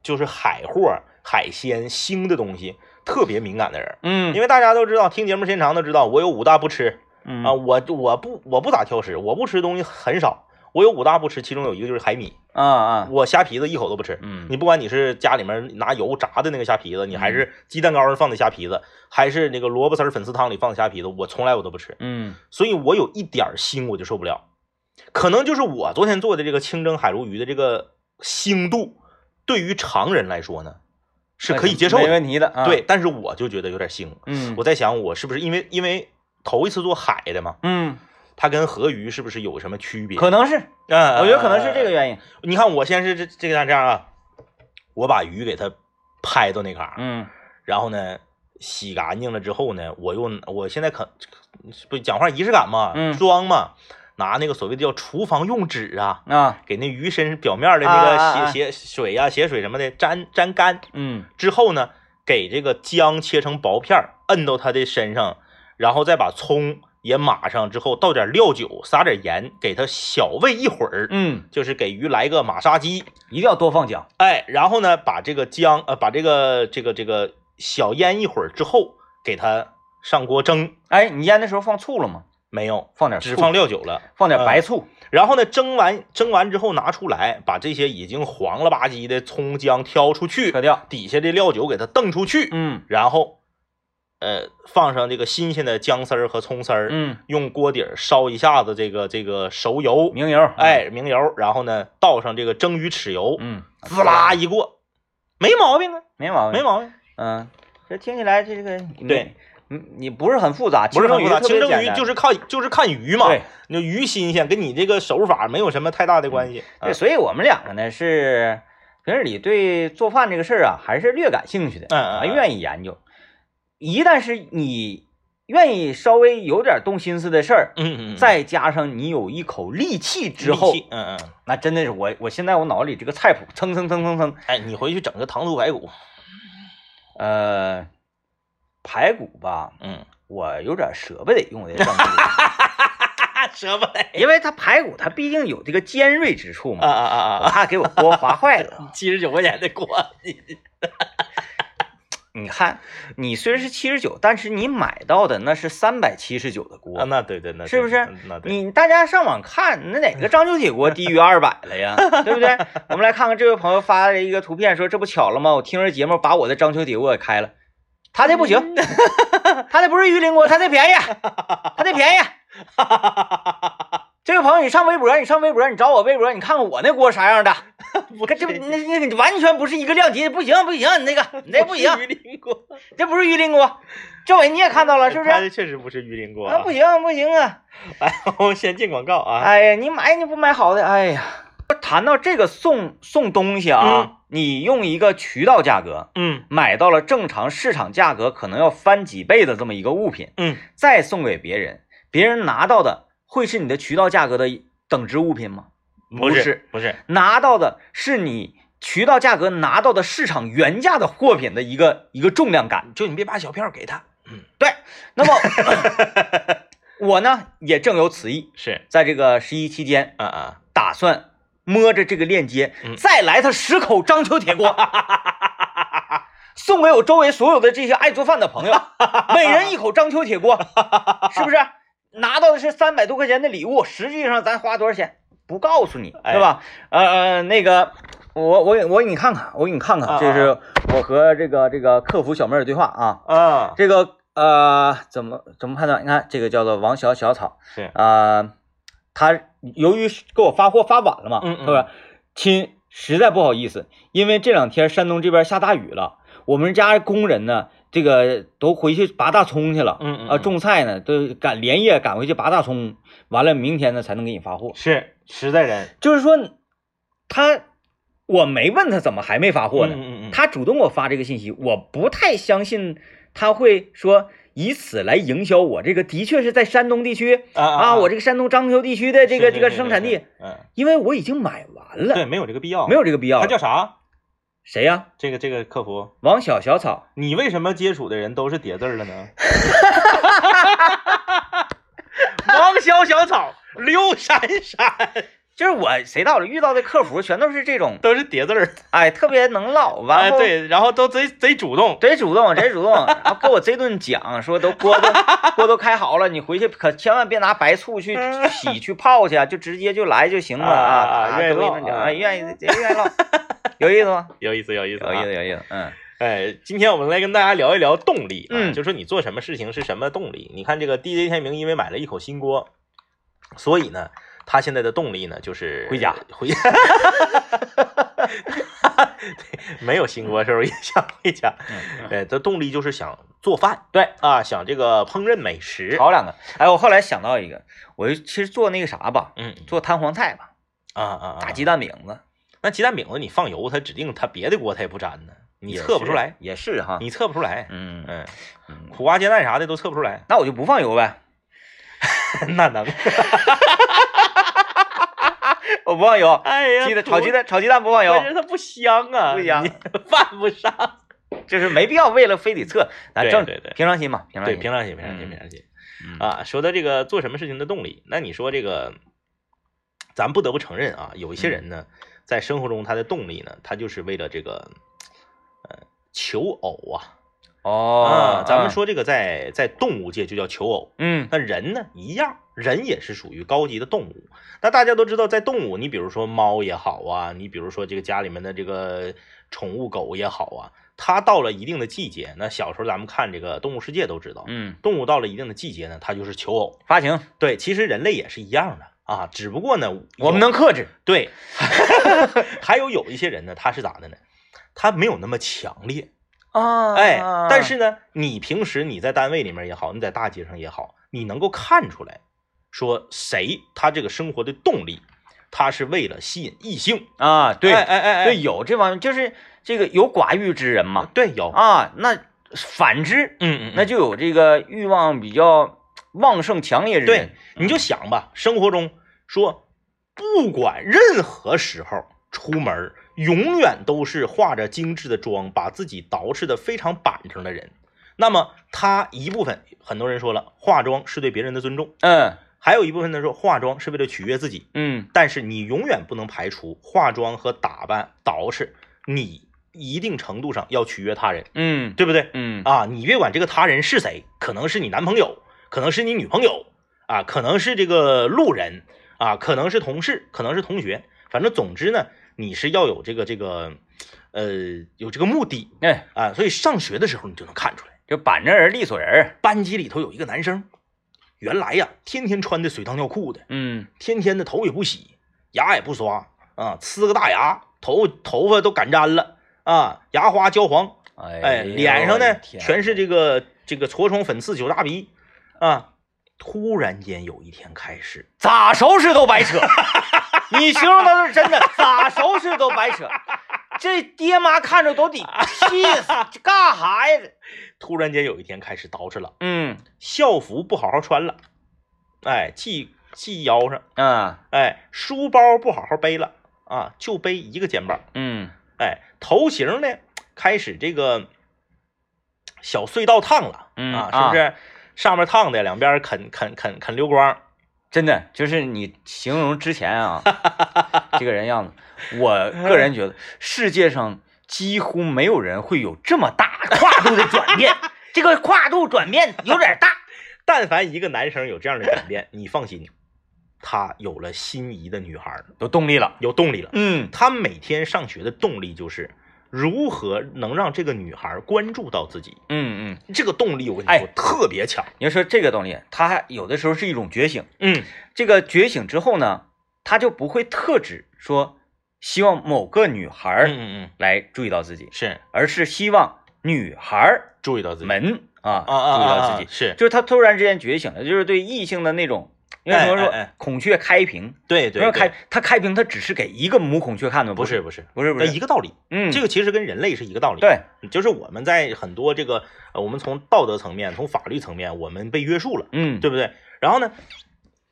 B: 就是海货、海鲜、腥的东西特别敏感的人。
A: 嗯，
B: 因
A: 为
B: 为大家都知道，听节目时间长都知道，我有五大不吃，啊，
A: 嗯
B: 我我不我不咋挑食，我不吃东西很少。我有五大不吃，其中有一个就是海米，
A: 啊啊
B: 我虾皮子一口都不吃。
A: 嗯
B: 你不管你是家里面拿油炸的那个虾皮子，你还
A: 嗯
B: 是鸡蛋糕上放的虾皮子，还是那个萝卜丝儿粉丝汤里放的虾皮子，我从来我都不吃。
A: 嗯
B: 所以我有一点儿腥我就受不了，可能就是我昨天做的这个清蒸海鲈鱼的这个腥度，对于常人来说呢是可以接受
A: 没
B: 的，
A: 问题的啊。
B: 对，，但是我就觉得有点腥。
A: 嗯
B: 我在想我是不是因为因为头一次做海的嘛，
A: 嗯，
B: 它跟河鱼是不是有什么区别？
A: 可能是，
B: 嗯，
A: 我觉得可能是这个
B: 因。
A: 原因。
B: 你看，我先是这这个样这样啊，我把鱼给它拍到那嘎、儿，
A: 嗯
B: 然后呢洗干净了之后呢，我又我现在可不讲话仪式感嘛，
A: 嗯
B: 装嘛，拿那个所谓的叫厨房用纸啊，
A: 啊
B: 给那鱼身表面的那个血
A: 啊啊啊
B: 血水呀、血水什么的沾沾干
A: 嗯
B: 之后呢，给这个姜切成薄片儿，摁到它的身上，然后再把葱。也码上之后，倒点料酒，撒点盐，给它小煨一会儿，
A: 嗯，
B: 就是给鱼来个马杀鸡。
A: 一定要多放姜。
B: 哎，然后呢，把这个姜，呃，把这个这个这个小腌一会儿之后，给它上锅蒸。
A: 哎，你腌的时候放醋了吗？
B: 没有，
A: 放点醋，
B: 只放料酒了。
A: 放点
B: 呃
A: 白醋。
B: 然后呢，蒸完蒸完之后拿出来，把这些已经黄了吧唧的葱姜挑出去
A: 撤，掉。
B: 底下的料酒给它瞪出去，
A: 嗯
B: 然后，呃，放上这个新鲜的姜丝儿和葱丝儿，
A: 嗯，
B: 用锅底儿烧一下子这个这个熟油，
A: 明油。，
B: 哎，明油，然后呢，倒上这个蒸鱼豉油，
A: 嗯，
B: 滋啦一过，没毛病啊，
A: 没毛病，
B: 没毛病，
A: 嗯，这听起来这个你
B: 对，
A: 你你不是很复杂，
B: 不是很复杂。
A: 清
B: 清蒸鱼就是是靠就是看鱼嘛，
A: 对
B: 你就鱼新鲜，跟你这个手法没有什么太大的关系。
A: 嗯
B: 啊
A: 对，所以我们两个呢是平日里对做饭这个事儿啊还是略感兴趣的，
B: 嗯嗯嗯
A: 还愿意研究。一旦是你愿意稍微有点动心思的事儿，
B: 嗯嗯嗯，
A: 再加上你有一口力气之后
B: 力，气嗯嗯，
A: 那真的是我我现在我脑子里这个菜谱蹭蹭蹭蹭蹭，
B: 哎，你回去整个糖醋排骨，
A: 呃，排骨吧，
B: 嗯，
A: 我有点舍不得用这个酱汁。
B: 舍不得，
A: 因为它排骨它毕竟有这个尖锐之处
B: 啊
A: 嘛，
B: 啊啊
A: 我
B: 啊
A: 怕给我锅划坏了。
B: 啊，七十九块钱的锅，
A: 你看，你虽然是七十九，但是你买到的那是三百七十九的
B: 啊，
A: 锅，
B: 那对对，那对
A: 是不是
B: 嗯那对，
A: 你大家上网看，那哪个章丘铁锅低于二百了呀？对不对？我们来看看这位朋友发了一个图片，说这不巧了吗？我听着节目把我的章丘铁锅给开了，他这不行， 他这不是鱼鳞锅，他这便宜，啊他这便宜。啊 这位朋友，你上微博，你上微博，你找我微博，你看看我那锅啥样的。
B: 我
A: 跟这 不那那那完全不是一个量级，不行不行，你那个你那不行，
B: 鱼鳞锅，
A: 这不是鱼鳞锅。政委你也看到了啊是不是？
B: 它这确实不是鱼鳞锅
A: 啊，不行不行啊！
B: 哎， 我先进广告啊，
A: 哎呀，你买你不买好的，哎呀。谈到这个送送东西
B: 嗯
A: 啊，你用一个渠道价格
B: 嗯
A: 买到了正常市场价格可能要翻几倍的这么一个物品，
B: 嗯，
A: 再送给别人，别人拿到的会是你的渠道价格的等值物品吗？不
B: 不
A: 是
B: 是不是，
A: 拿到的是你渠道价格拿到的市场原价的货品的一个一个重量感。
B: 就你别把小票给他，嗯，
A: 那么 我呢也正有此意，
B: 是，
A: 在这个十一期间，
B: 啊啊，
A: 打算摸着这个链接、
B: 嗯
A: 再来他十口章丘铁锅，送给我周围所有的这些爱做饭的朋友，每人一口章丘铁锅，是不是？拿到的是三百多块钱的礼物，实际上咱花多少钱不告诉你，
B: 哎
A: 对吧？呃呃，那个。我我给我给你看看，我给你看
B: 啊
A: 看，这是我和这个这个客服小妹儿对话啊。
B: 啊，
A: 这个呃，怎么怎么判断？你看这个叫做王小小草，
B: 是
A: 呃，他由于给我发货发晚了嘛，
B: 嗯嗯
A: 是不是？亲，实在不好意思，因为这两天山东这边下大雨了，我们家工人呢，这个都回去拔大葱去了，
B: 嗯嗯
A: 啊，
B: 嗯
A: 种菜呢都赶连夜赶回去拔大葱，完了明天呢才能给你发货。
B: 是
A: 嗯
B: 实在人，
A: 就是说，他我没问他怎么还没发货呢，
B: 嗯嗯嗯，
A: 他主动给我发这个信息，我不太相信他会说以此来营销我这个的确是在山东地区
B: 啊
A: 啊，我这个山东章丘地区的这个
B: 是
A: 这个
B: 是
A: 生产
B: 是
A: 地
B: 是，嗯，
A: 因为我已经买完了，
B: 对，没有这个必要，
A: 没有这个必要
B: 他
A: 了。
B: 叫啥？
A: 谁呀？
B: 这个这个客服，
A: 王小小草，
B: 你为什么接触的人都是叠字儿了 呢？王小小草，刘闪闪，
A: 就是我谁到了遇到的客服全都是这种，
B: 都是叠字儿。
A: 哎，特别能唠，
B: 哎，
A: 完后
B: 对，然后都贼贼主动。
A: 贼主动，贼主动， 然后给我这顿讲，说都锅 都锅都开好了，你回去可千万别拿白醋去洗去泡去啊，就直接就来就行了
B: 啊啊
A: 啊！
B: 啊愿意
A: 给我一
B: 唠
A: 顿讲
B: 啊
A: 啊，愿意贼愿意 唠，有意思吗？
B: 有意思，有意思、
A: 有
B: 啊，
A: 意思，有意思，嗯
B: 哎，今天我们来跟大家聊一聊动力啊，
A: 嗯
B: 就说你做什么事情是什么动力。你看这个 DJ 天明，因为买了一口新锅，所以呢，他现在的动力呢就是
A: 回家，
B: 回家。 对，没有新锅的时候也想回家，
A: 嗯，
B: 哎，这动力就是想做饭，
A: 对
B: 啊，想这个烹饪美食。
A: 炒两个。哎，我后来想到一个，我就其实做那个啥吧，
B: 嗯
A: 做弹簧菜吧，
B: 啊啊啊！
A: 打鸡蛋饼子，
B: 那鸡蛋饼子你放油，它指定它别的锅它也不粘呢，你
A: 也
B: 测不出
A: 是
B: 来，，
A: 也是哈，
B: 你测不出来，
A: 嗯，
B: 嗯，
A: 嗯，
B: 苦瓜煎蛋啥的都测不出来
A: 那我就不放油呗，
B: 那能？
A: 我不放 油，
B: 哎呀，
A: 鸡蛋
B: 苦
A: 炒鸡蛋炒鸡蛋不放油
B: 关，键它不香啊，
A: 不香
B: 你拌不上。
A: 就是没必要为了非得测，咱
B: 对
A: 正
B: 对对
A: 平常心嘛，平常
B: 对，
A: 心。
B: 平常心，平常心，
A: 嗯
B: 平常心。
A: 嗯
B: 啊，说到这个做什么事情的动力，那你说这个，咱不得不承认啊，有一些人呢，在生活中他的动力呢，他就是为了这个，呃，求偶啊。
A: 哦
B: 啊，咱们，说这个在在动物界就叫求偶，
A: 嗯
B: 那人呢一样，人也是属于高级的动物。那大家都知道，在动物，你比如说猫也好啊，你比如说这个家里面的这个宠物狗也好啊，它到了一定的季节，那小时候咱们看这个《动物世界》都知道，
A: 嗯，
B: 动物到了一定的季节呢，它就是求偶。
A: 发情，
B: 对，其实人类也是一样的啊，只不过呢，
A: 我们
B: 有
A: 能克制。
B: 对， 还有有一些人呢，他是咋的呢？他没有那么强烈，
A: 啊
B: 哎，但是呢，你平时你在单位里面也好，你在大街上也好，你能够看出来，说谁他这个生活的动力，他是为了吸引异性，
A: 啊，对，
B: 哎哎哎哎
A: 对，有这玩意儿，就是这个有寡欲之人嘛，
B: 对，有，
A: 啊，那反之，
B: 嗯嗯，
A: 那就有这个欲望比较旺盛、强烈之
B: 对
A: 人，，
B: 你就想吧，生活中说，不管任何时候出门儿，永远都是化着精致的妆，把自己捯饬的非常板正的人。那么，他一部分很多人说了，化妆是对别人的尊重；
A: 嗯
B: 还有一部分人说，化妆是为了取悦自己。
A: 嗯，
B: 但是你永远不能排除化妆和打扮捯饬，你一定程度上要取悦他人，
A: 嗯
B: 对不对？
A: 嗯
B: 啊，你别管这个他人是谁，可能是你男朋友，可能是你女朋友，啊，可能是这个路人，啊，可能是同事，可能是同学，反正总之呢，你是要有这个这个，呃，有这个目的
A: 哎，
B: 啊，所以上学的时候你就能看出来，
A: 就板正人利索人儿，
B: 班级里头有一个男生，原来呀，天天穿的水裆尿裤的，
A: 嗯
B: 天天的头也不洗，牙也不刷，啊，呲个大牙，头头发都擀粘了，啊，牙花焦黄，哎，脸上呢全是这个这个痤疮、粉刺、酒大鼻啊。突然间有一天开始，
A: 咋收拾都白 扯，你形容他是真的，咋收拾都白扯。这爹妈看着都得气 死，这干啥呀？这
B: 突然间有一天开始捯饬了，
A: 嗯
B: 校服不好好穿了，哎，系系腰上，
A: 啊
B: 哎，书包不好好背了啊，就背一个肩膀，
A: 嗯
B: 哎，头型呢开始这个小隧道烫了，
A: 嗯
B: 啊，是不是？上面烫的，两边啃啃啃啃溜光，
A: 真的就是你形容之前 啊，这个人样子，我个人觉得世界上几乎没有人会有这么大跨度的转变， 这个跨度转变有点大。
B: 但凡一个男生有这样的转变，你放心，他有了心仪的女孩儿，
A: 有动力了，
B: 有动力了。
A: 嗯
B: 他每天上学的动力就是如何能让这个女孩儿关注到自己，
A: 嗯嗯，
B: 这个动力我跟你
A: 哎
B: 说、特别强。
A: 你要说这个东西，它还有的时候是一种觉醒，
B: 嗯，
A: 这个觉醒之后呢，他就不会特指说希望某个女孩儿
B: 嗯嗯嗯，
A: 来注意到自己，
B: 是
A: 而是希望女孩儿
B: 注意到自己，
A: 们啊
B: 啊啊
A: 注意
B: 啊
A: 到
B: 啊
A: 自己，
B: 是
A: 就是他突然之间觉醒了，就是对异性的那种，因为
B: 哎
A: 什么说
B: 哎哎
A: 孔雀开屏，
B: 对对
A: 不是
B: 对，
A: 开他开屏，他只是给一个母孔雀看的吗，
B: 不
A: 是
B: 是不是，
A: 不是不
B: 那
A: 是
B: 一，个道理。
A: 嗯，
B: 这个其实跟人类是一个道理。
A: 对，
B: 就是我们在很多这个，呃，我们从道德层面、从法律层面，我们被约束了。
A: 嗯
B: 对不对？然后呢，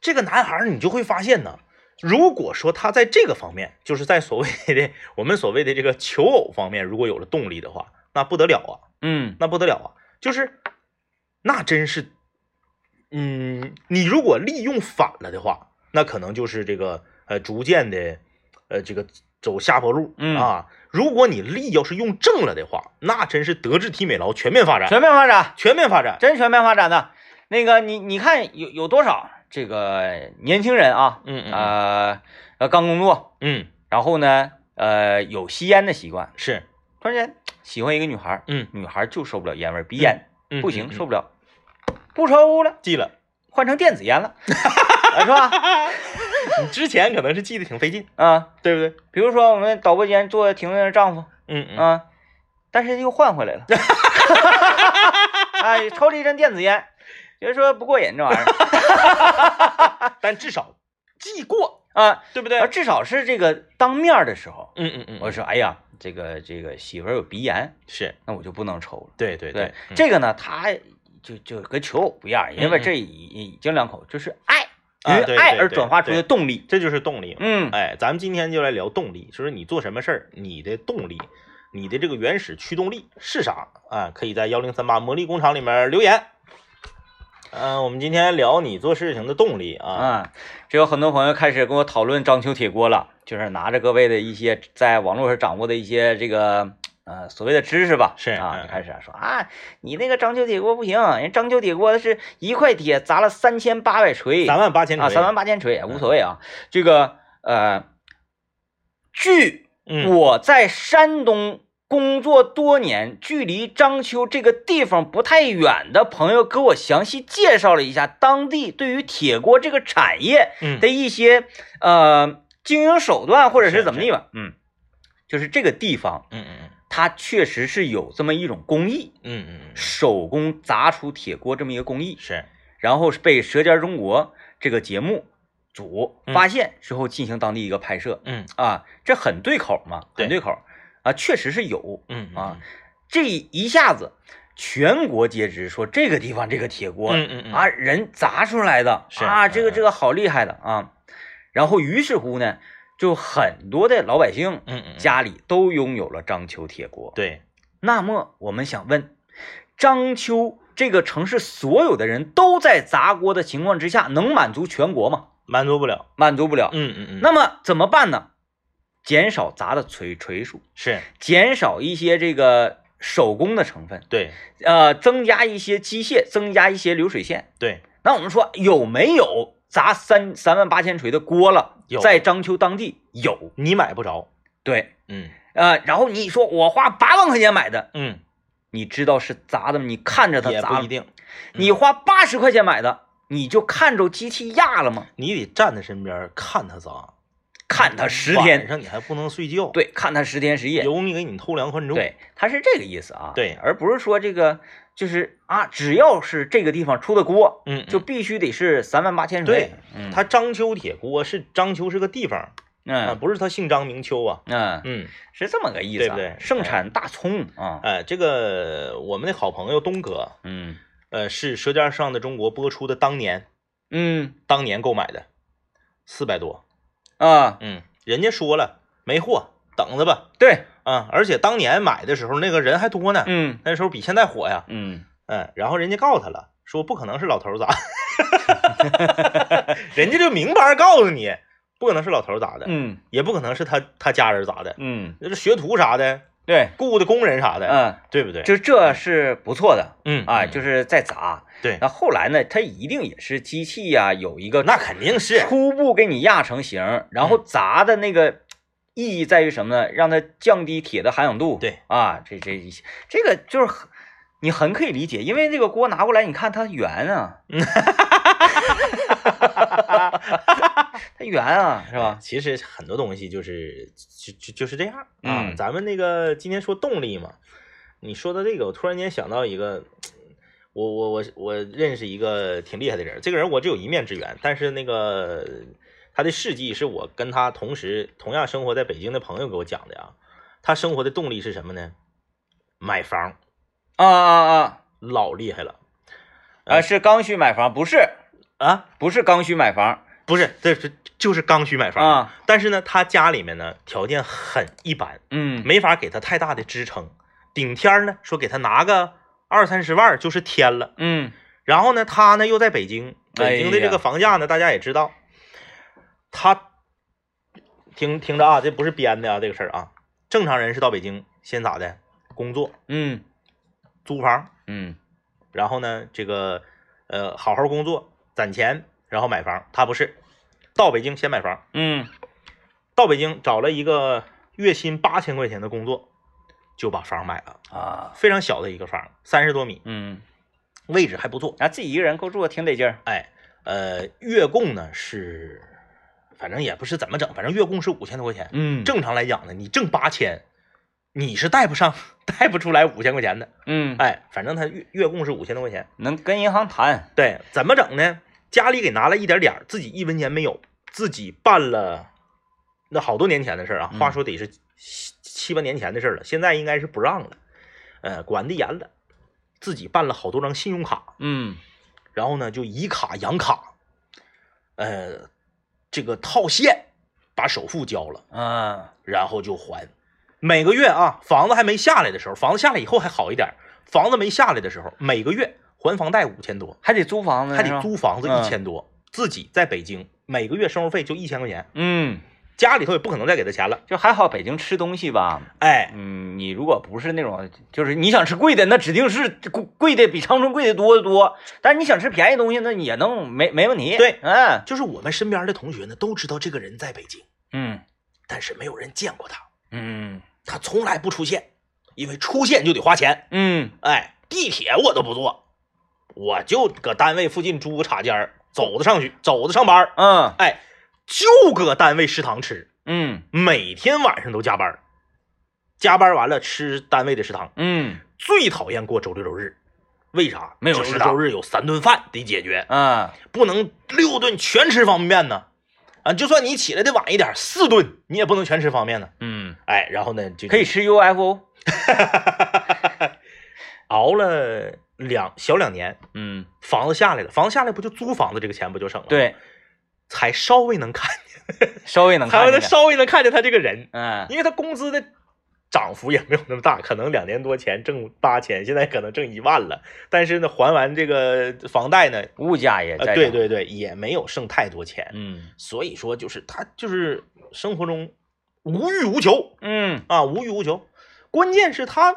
B: 这个男孩儿你就会发现呢，如果说他在这个方面，就是在所谓的我们所谓的这个求偶方面，如果有了动力的话，那不得了啊，
A: 嗯
B: 那不得了啊，就是那真是，嗯，你如果利用反了的话，那可能就是这个呃，逐渐的呃，这个走下坡路、
A: 嗯
B: 啊。如果你利要是用正了的话，那真是德智体美劳全面发展，
A: 全面发展，
B: 全面发展。
A: 真全面发展的，那个你你看有有多少这个年轻人啊，
B: 嗯嗯嗯
A: 呃呃刚工作，
B: 嗯，
A: 然后呢，呃，有吸烟的习惯，
B: 是，
A: 突然间喜欢一个女孩儿，
B: 嗯
A: 女孩儿就受不了烟味儿，鼻炎、
B: 嗯
A: 不行，
B: 嗯嗯
A: 受不了，不抽了，
B: 记了。
A: 换成电子烟了， 啊是吧？
B: 你之前可能是记得挺费劲，
A: 啊，
B: 对不对？
A: 比如说我们导播间坐婷婷的丈夫
B: 嗯嗯，
A: 啊，但是又换回来了， 哎，抽了一阵电子烟，就是说不过瘾这玩意儿
B: 嗯但至少记过，
A: 啊，
B: 对不对？
A: 而至少是这个当面儿的时候，
B: 嗯嗯嗯，
A: 我说哎呀，这个这个媳妇儿有鼻炎，
B: 是
A: 那我就不能抽了。
B: 对对
A: 对，
B: 嗯
A: 这个呢，他就就跟求偶不一样，因为
B: 嗯嗯
A: 这已已经两口就是爱，因
B: 啊
A: 为
B: 对
A: 爱
B: 对
A: 而
B: 对
A: 转化出
B: 对
A: 的动力。
B: 这就是动力嘛。
A: 嗯
B: 哎，咱们今天就来聊动力，就是你做什么事儿，你的动力你的这个原始驱动力是啥啊？可以在幺零三八魔力工厂里面留言。嗯、我们今天聊你做事情的动力啊，
A: 啊，这有很多朋友开始跟我讨论章丘铁锅了，就是拿着各位的一些在网络上掌握的一些这个呃所谓的知识吧，
B: 是
A: 啊，
B: 嗯
A: 开始啊说啊，你那个章丘铁锅不行，人章丘铁锅是一块铁砸了三千八百锤，
B: 三万嗯八千
A: 啊三万八千锤无所谓啊，这个呃，据
B: 嗯，
A: 我在山东。工作多年，距离章丘这个地方不太远的朋友给我详细介绍了一下当地对于铁锅这个产业
B: 嗯
A: 的一些呃经营手段，或者
B: 是
A: 是怎么地吧，嗯，就是这个地方
B: 嗯嗯
A: 它确实是有这么一种工艺，
B: 嗯嗯嗯，
A: 手工砸出铁锅这么一个工艺，
B: 是，
A: 然后是被《舌尖中国》这个节目组
B: 嗯
A: 发现之后进行当地一个拍摄
B: 嗯
A: 啊，这很对口嘛，
B: 对
A: 很对口啊，确实是有
B: 嗯
A: 啊，这一下子全国皆知，说这个地方这个铁锅
B: 嗯嗯嗯
A: 啊，人砸出来的
B: 是
A: 啊，
B: 嗯
A: 这个
B: 嗯
A: 这个好厉害的啊。然后于是乎呢，就很多的老百姓
B: 嗯嗯
A: 家里都拥有了章丘铁锅。
B: 对，
A: 那么我们想问，章丘这个城市所有的人都在砸锅的情况之下，能满足全国吗？
B: 满足不了，
A: 满足不了。
B: 嗯嗯嗯，
A: 啊那么怎么办呢？减少砸的锤锤数，
B: 是
A: 减少一些这个手工的成分，
B: 对
A: 呃，增加一些机械，增加一些流水线。
B: 对，
A: 那我们说有没有砸三三万八千锤的锅了？
B: 有
A: 在章丘当地有。
B: 你买不着，
A: 对，
B: 嗯
A: 呃，然后你说我花八万块钱买的，
B: 嗯，
A: 你知道是砸的吗？你看着它
B: 也
A: 砸
B: 不
A: 了，
B: 一定，嗯
A: 你花八十块钱买的，你就看着机器压了吗？
B: 你得站在身边看他砸，
A: 看它十
B: 晚
A: 天，
B: 上你还不能睡觉，，
A: 对，看它十天十夜，
B: 有你给你偷梁换柱，，
A: 对，它是这个意思啊，
B: 对
A: 而不是说这个就是啊，只要是这个地方出的锅，
B: 嗯，
A: 就必须得是三万八千
B: 对
A: 锤，嗯，
B: 他章丘铁锅是章丘是个地方啊，
A: 嗯
B: 不是他姓张名丘啊，
A: 嗯
B: 嗯，
A: 是这么个意思、啊，
B: 对不对嗯
A: 盛产大葱啊，
B: 哎，这个我们的好朋友东哥，
A: 嗯
B: 呃，是《舌尖上的中国》播出的当年，
A: 嗯
B: 当年购买的，四百多，
A: 啊，
B: 嗯，人家说了没货，等着吧，
A: 对，
B: 啊，而且当年买的时候那个人还多呢，
A: 嗯
B: 那时候比现在火呀，
A: 嗯，
B: 嗯，然后人家告诉他了，说不可能是老头儿砸，人家就明白告诉你，不可能是老头儿砸的，
A: 嗯
B: 也不可能是他他家人砸的，
A: 嗯，
B: 那是学徒啥的，
A: 对，
B: 雇的工人啥的，
A: 嗯，
B: 对不对？
A: 就这是不错的。
B: 嗯
A: 啊，
B: 嗯
A: 就是在砸。
B: 对
A: 那后来呢，它一定也是机器呀、有一个
B: 那肯定是
A: 初步给你压成型，然
B: 嗯
A: 后砸的那个意义在于什么呢？让它降低铁的含氧度。
B: 对
A: 啊，这这一些这个就是很你很可以理解，因为这个锅拿过来，你看它圆啊，它圆啊，是吧？
B: 其实很多东西就是就就就是这样啊。
A: 嗯
B: 咱们那个今天说动力嘛，你说到这个，我突然间想到一个，我我我我认识一个挺厉害的人，这个人我只有一面之缘，但是那个他的事迹是我跟他同时同样生活在北京的朋友给我讲的啊。他生活的动力是什么呢？买房，
A: 啊啊啊
B: 老厉害了嗯
A: 啊！是刚需买房，不是
B: 啊！
A: 不是刚需买房
B: 不是，这是就是刚需买房。
A: 啊，
B: 但是呢，他家里面呢条件很一般，
A: 嗯
B: 没法给他太大的支撑。顶天儿呢，说给他拿个二三十万儿就是天了。
A: 嗯
B: 然后呢，他呢又在北京，北京的
A: 哎
B: 这
A: 呀
B: 个房价呢，大家也知道，他听听着啊，这不是编的啊，这个事儿啊，正常人是到北京先咋的，工作、
A: 嗯
B: 租房，
A: 嗯
B: 然后呢，这个呃好好工作攒钱，然后买房。他不是到北京先买房，
A: 嗯，
B: 到北京找了一个月薪八千块钱的工作，就把房买了。
A: 啊，
B: 非常小的一个房，三十多米，
A: 嗯，
B: 位置还不错。
A: 啊，自己一个人够住挺得劲儿，
B: 哎，呃，月供呢是，反正也不是怎么整，反正月供是五千多块钱。
A: 嗯
B: 正常来讲呢，你挣八千，你是贷不上、 贷不出来五千块钱的。
A: 嗯，
B: 哎，反正他月月供是五千多块钱。
A: 能跟银行谈，
B: 对，怎么整呢？家里给拿了一点点儿，自己一文钱没有，自己办了，那好多年前的事儿啊，
A: 嗯
B: 话说得是七七八年前的事儿了，现在应该是不让了，呃，管得严了，自己办了好多张信用卡，
A: 嗯
B: 然后呢就以卡养卡，呃，这个套现把首付交了，
A: 啊，
B: 然后就还，每个月啊，房子还没下来的时候，房子下来以后还好一点，房子没下来的时候，每个月还房贷五千多，
A: 还得租房子，
B: 还
A: 是
B: 得
A: 吧。
B: 租房子
A: 嗯
B: 一千多，自己在北京每个月生活费就一千块钱，
A: 嗯，
B: 家里头也不可能再给他钱了。
A: 就还好北京吃东西吧，
B: 哎，
A: 嗯，你如果不是那种，就是你想吃贵的，那指定是贵贵的比长春贵的多得多。但是你想吃便宜的东西，那也能没没问题。
B: 对
A: 嗯
B: 就是我们身边的同学呢，都知道这个人在北京，
A: 嗯
B: 但是没有人见过他，
A: 嗯
B: 他从来不出现，因为出现就得花钱。
A: 嗯，
B: 哎，地铁我都不坐，我就搁单位附近租个茶间儿，走着上去，走着上班儿。
A: 嗯
B: 哎，就搁单位食堂吃，
A: 嗯
B: 每天晚上都加班儿，加班完了吃单位的食堂。
A: 嗯
B: 最讨厌过周六周日，为啥？
A: 没有
B: 周
A: 食
B: 六
A: 堂
B: 周日有三顿饭得解决，
A: 啊，
B: 不能六顿全吃方便面呢。啊，就算你起来的晚一点，四顿你也不能全吃方便呢。
A: 嗯，
B: 哎，然后呢就
A: 可以吃 UFO。
B: 熬了两小两年，
A: 嗯，
B: 房子下来了，房子下来不就租房子这个钱不就省了？，
A: 对，
B: 才稍微能看见，
A: 稍微能
B: 才
A: 看
B: 能
A: 见点。
B: 稍微能看见他这个人。
A: 嗯
B: 因为他工资的涨幅也没有那么大，可能两年多前挣八千，现在可能挣一万了。但是呢，还完这个房贷呢，
A: 物价也在、
B: 呃，对，对对，也没有剩太多钱。
A: 嗯
B: 所以说，就是他就是生活中无欲无求
A: 嗯
B: 啊，无欲无求。关键是他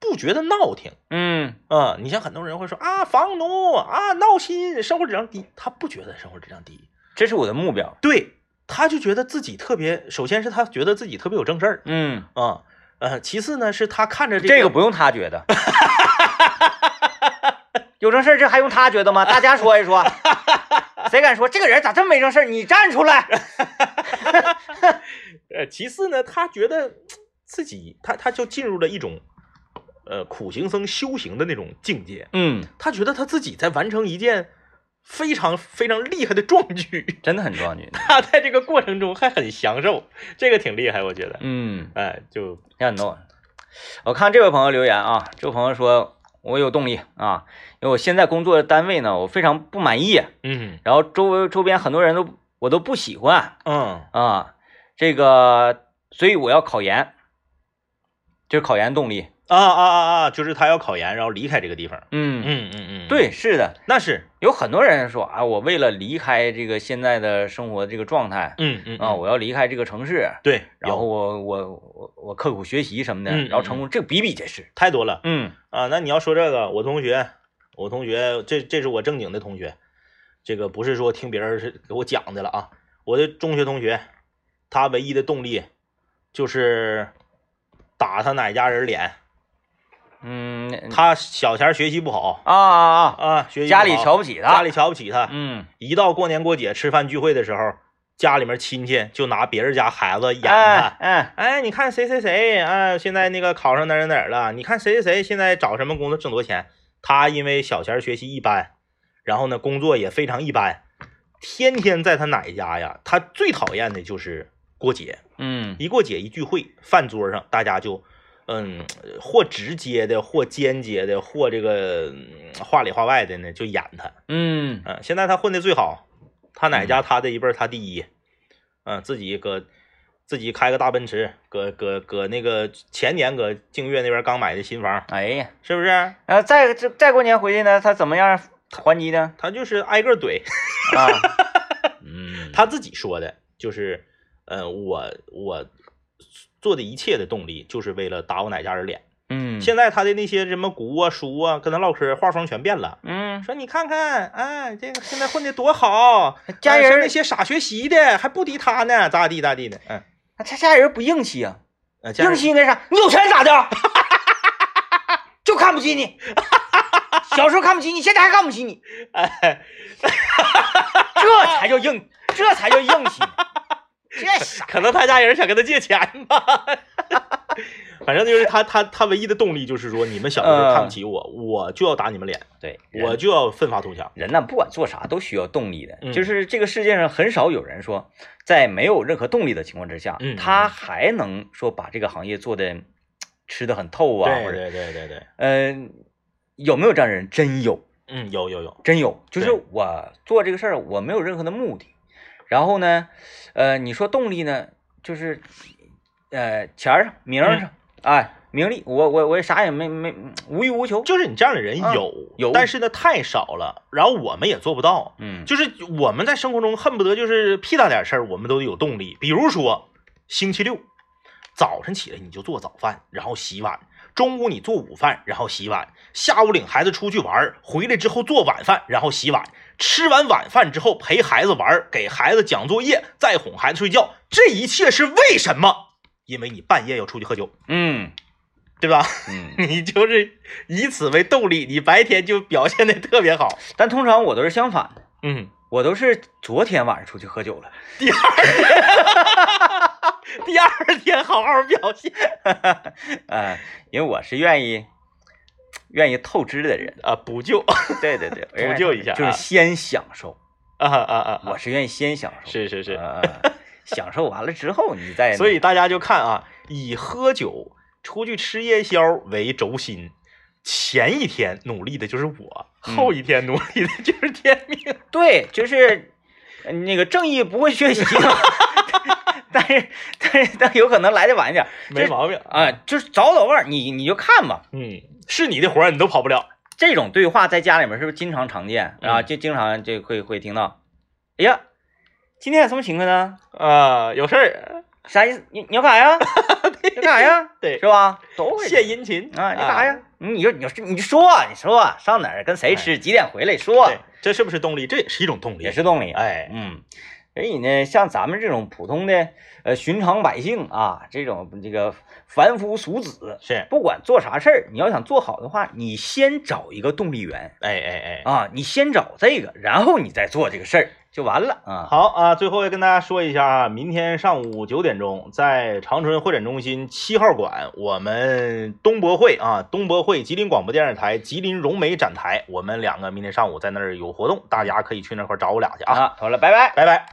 B: 不觉得闹挺
A: 嗯
B: 啊、你像很多人会说啊，房奴啊，闹心，生活质量低，他不觉得生活质量低，
A: 这是我的目标。
B: 对，他就觉得自己特别，首先是他觉得自己特别有正事儿。
A: 嗯，
B: 啊、呃，其次呢是他看着
A: 这
B: 个
A: 个不用他觉得。有正事儿，这还用他觉得吗？大家说一说，谁敢说这个人咋这么没正事儿？你站出来！
B: 呃，其次呢，他觉得自己他他就进入了一种呃苦行僧修行的那种境界，
A: 嗯，
B: 他觉得他自己在完成一件非常非常厉害的壮举，
A: 真的很壮举。
B: 他在这个过程中还很享受，这个挺厉害，我觉得，
A: 嗯，
B: 哎，就
A: 看到。我看这位朋友留言啊，这位朋友说，我有动力啊，因为我现在工作的单位呢，我非常不满意，
B: 嗯
A: 然后周围周边很多人都我都不喜欢
B: 嗯
A: 啊，这个，所以我要考研，这是考研动力。
B: 啊啊啊啊，就是他要考研，然后离开这个地方，
A: 嗯，
B: 嗯嗯嗯，，
A: 对，是的，
B: 那是，
A: 有很多人说啊，我为了离开这个现在的生活这个状态
B: 嗯嗯
A: 啊，，我要离开这个城市，
B: 对，
A: 然
B: 有
A: 后我我我我刻苦学习什么的，
B: 嗯
A: 然后成功，这比比皆是。
B: 太多了。
A: 嗯
B: 啊，那你要说这个，我同学，我同学，这这是我正经的同学，这个不是说听别人是给我讲的了啊。我的中学同学，他唯一的动力就是打他哪家人脸。
A: 嗯，
B: 他小前儿学习不好
A: 啊啊啊，
B: 啊，学习
A: 家
B: 不
A: 里
B: 好
A: 瞧不起他，
B: 家里瞧不起他。
A: 嗯，
B: 一到过年过节吃饭聚会的时候，家里面亲戚就拿别人家孩子演他。
A: 哎哎，
B: 哎，你看谁谁谁啊，现在那个考上哪儿哪儿哪儿了？你看谁谁谁现在找什么工作挣多少钱？他因为小前儿学习一般，然后呢工作也非常一般，天天在他奶家呀。他最讨厌的就是过节，
A: 嗯
B: 一过节一聚会，饭桌上大家就，嗯，或直接的，或间接的，或这个嗯话里话外的呢，就演他。
A: 嗯
B: 嗯，现在他混的最好，他哪家他的一辈儿他第一，嗯，自己搁自己开个大奔驰，搁搁搁那个前年搁净月那边刚买的新房，
A: 哎呀，
B: 是不是？
A: 呃，再这再过年回去呢，他怎么样还击呢？
B: 他就是挨个怼，
A: 啊，嗯，
B: 他自己说的，就是，呃，我我做的一切的动力就是为了打我哪家人脸。
A: 嗯，
B: 现在他的那些什么姑啊、叔啊，跟他唠嗑，画风全变了。
A: 嗯，
B: 说你看看，哎，这个现在混的多好，
A: 家
B: 哎
A: 人
B: 像那些傻学习的还不敌他呢，咋地咋地的，嗯，
A: 他家人不硬气啊，
B: 呃，家
A: 硬
B: 人
A: 气那啥，你有钱咋的？ 就看不起你，小时候看不起你，现在还看不起你，
B: 哎，
A: 这才叫硬， 这才叫硬气呢。这啥？
B: 可能他家人想跟他借钱吧。 反正就是他他他唯一的动力就是说，你们小时候看不起我，我就要打你们脸，
A: 对
B: 我就要奋发图强。
A: 人呢，不管做啥都需要动力的，
B: 嗯
A: 就是这个世界上很少有人说，在没有任何动力的情况之下，
B: 嗯
A: 他还能说把这个行业做的吃的很透啊，
B: 对
A: 或者
B: 对对对对，
A: 嗯、有没有这样的人？真有，
B: 嗯，有有有，
A: 真有，就是
B: 对
A: 我做这个事儿，我没有任何的目的。然后呢，呃，你说动力呢，就是呃钱儿上、名儿
B: 嗯
A: 上，哎，名利，我我我啥也没没无欲无求，
B: 就是你这样的人
A: 啊
B: 嗯有
A: 有
B: 但是呢太少了，然后我们也做不到。
A: 嗯
B: 就是我们在生活中恨不得就是屁大点事儿，我们都有动力。比如说星期六早晨起来你就做早饭，然后洗碗；中午你做午饭，然后洗碗；下午领孩子出去玩儿，回来之后做晚饭，然后洗碗。吃完晚饭之后陪孩子玩儿，给孩子讲作业，再哄孩子睡觉。这一切是为什么？因为你半夜要出去喝酒，
A: 嗯
B: 对吧？
A: 嗯。
B: 你就是以此为动力，你白天就表现的特别好。
A: 但通常我都是相反的，
B: 嗯，
A: 我都是昨天晚上出去喝酒了，
B: 第二天好好表现
A: 呃，因为我是愿意愿意透支的 人，
B: 啊，补救啊
A: 对对 对，
B: 补救一下
A: 就是
B: 啊
A: 先享受，
B: 啊啊！啊
A: 我是愿意先享受，
B: 是是是，
A: 呃，享受完了之后你再那，
B: 所以大家就看啊，以喝酒出去吃夜宵为轴心。前一天努力的就是我，
A: 嗯
B: 后一天努力的就是天命。
A: 对，就是呃那个正义不会缺席， 但是但是但有可能来的晚一点
B: 没毛病
A: 啊、！就是早早晚你你就看吧，
B: 嗯，是你的活儿你都跑不了。
A: 这种对话在家里面是不是经常常见啊？
B: 嗯
A: 就经常就会会听到，哎呀，今天有什么情况呢？
B: 啊，有事儿
A: 啥意思？你你要干啥呀？你要干啥呀？
B: 对
A: 是吧？都会
B: 献殷勤
A: 啊！你干啥？呀？你你就你就你说啊你说上哪儿跟谁吃几点回来说
B: 啊对，这是不是动力？这也是一种动力，
A: 也是动力。
B: 哎，
A: 嗯，所以呢，像咱们这种普通的呃寻常百姓啊，这种这个凡夫俗子，
B: 是，
A: 不管做啥事儿，你要想做好的话，你先找一个动力源
B: 哎哎哎，
A: 啊，你先找这个，然后你再做这个事儿就完了啊。
B: 好啊，最后也跟大家说一下啊，明天上午九点钟，在长春会展中心七号馆，我们东博会啊，东博会吉林广播电视台吉林融媒展台，我们两个明天上午在那儿有活动，大家可以去那块儿找我俩去啊，
A: 啊，好了，拜拜。
B: 拜拜。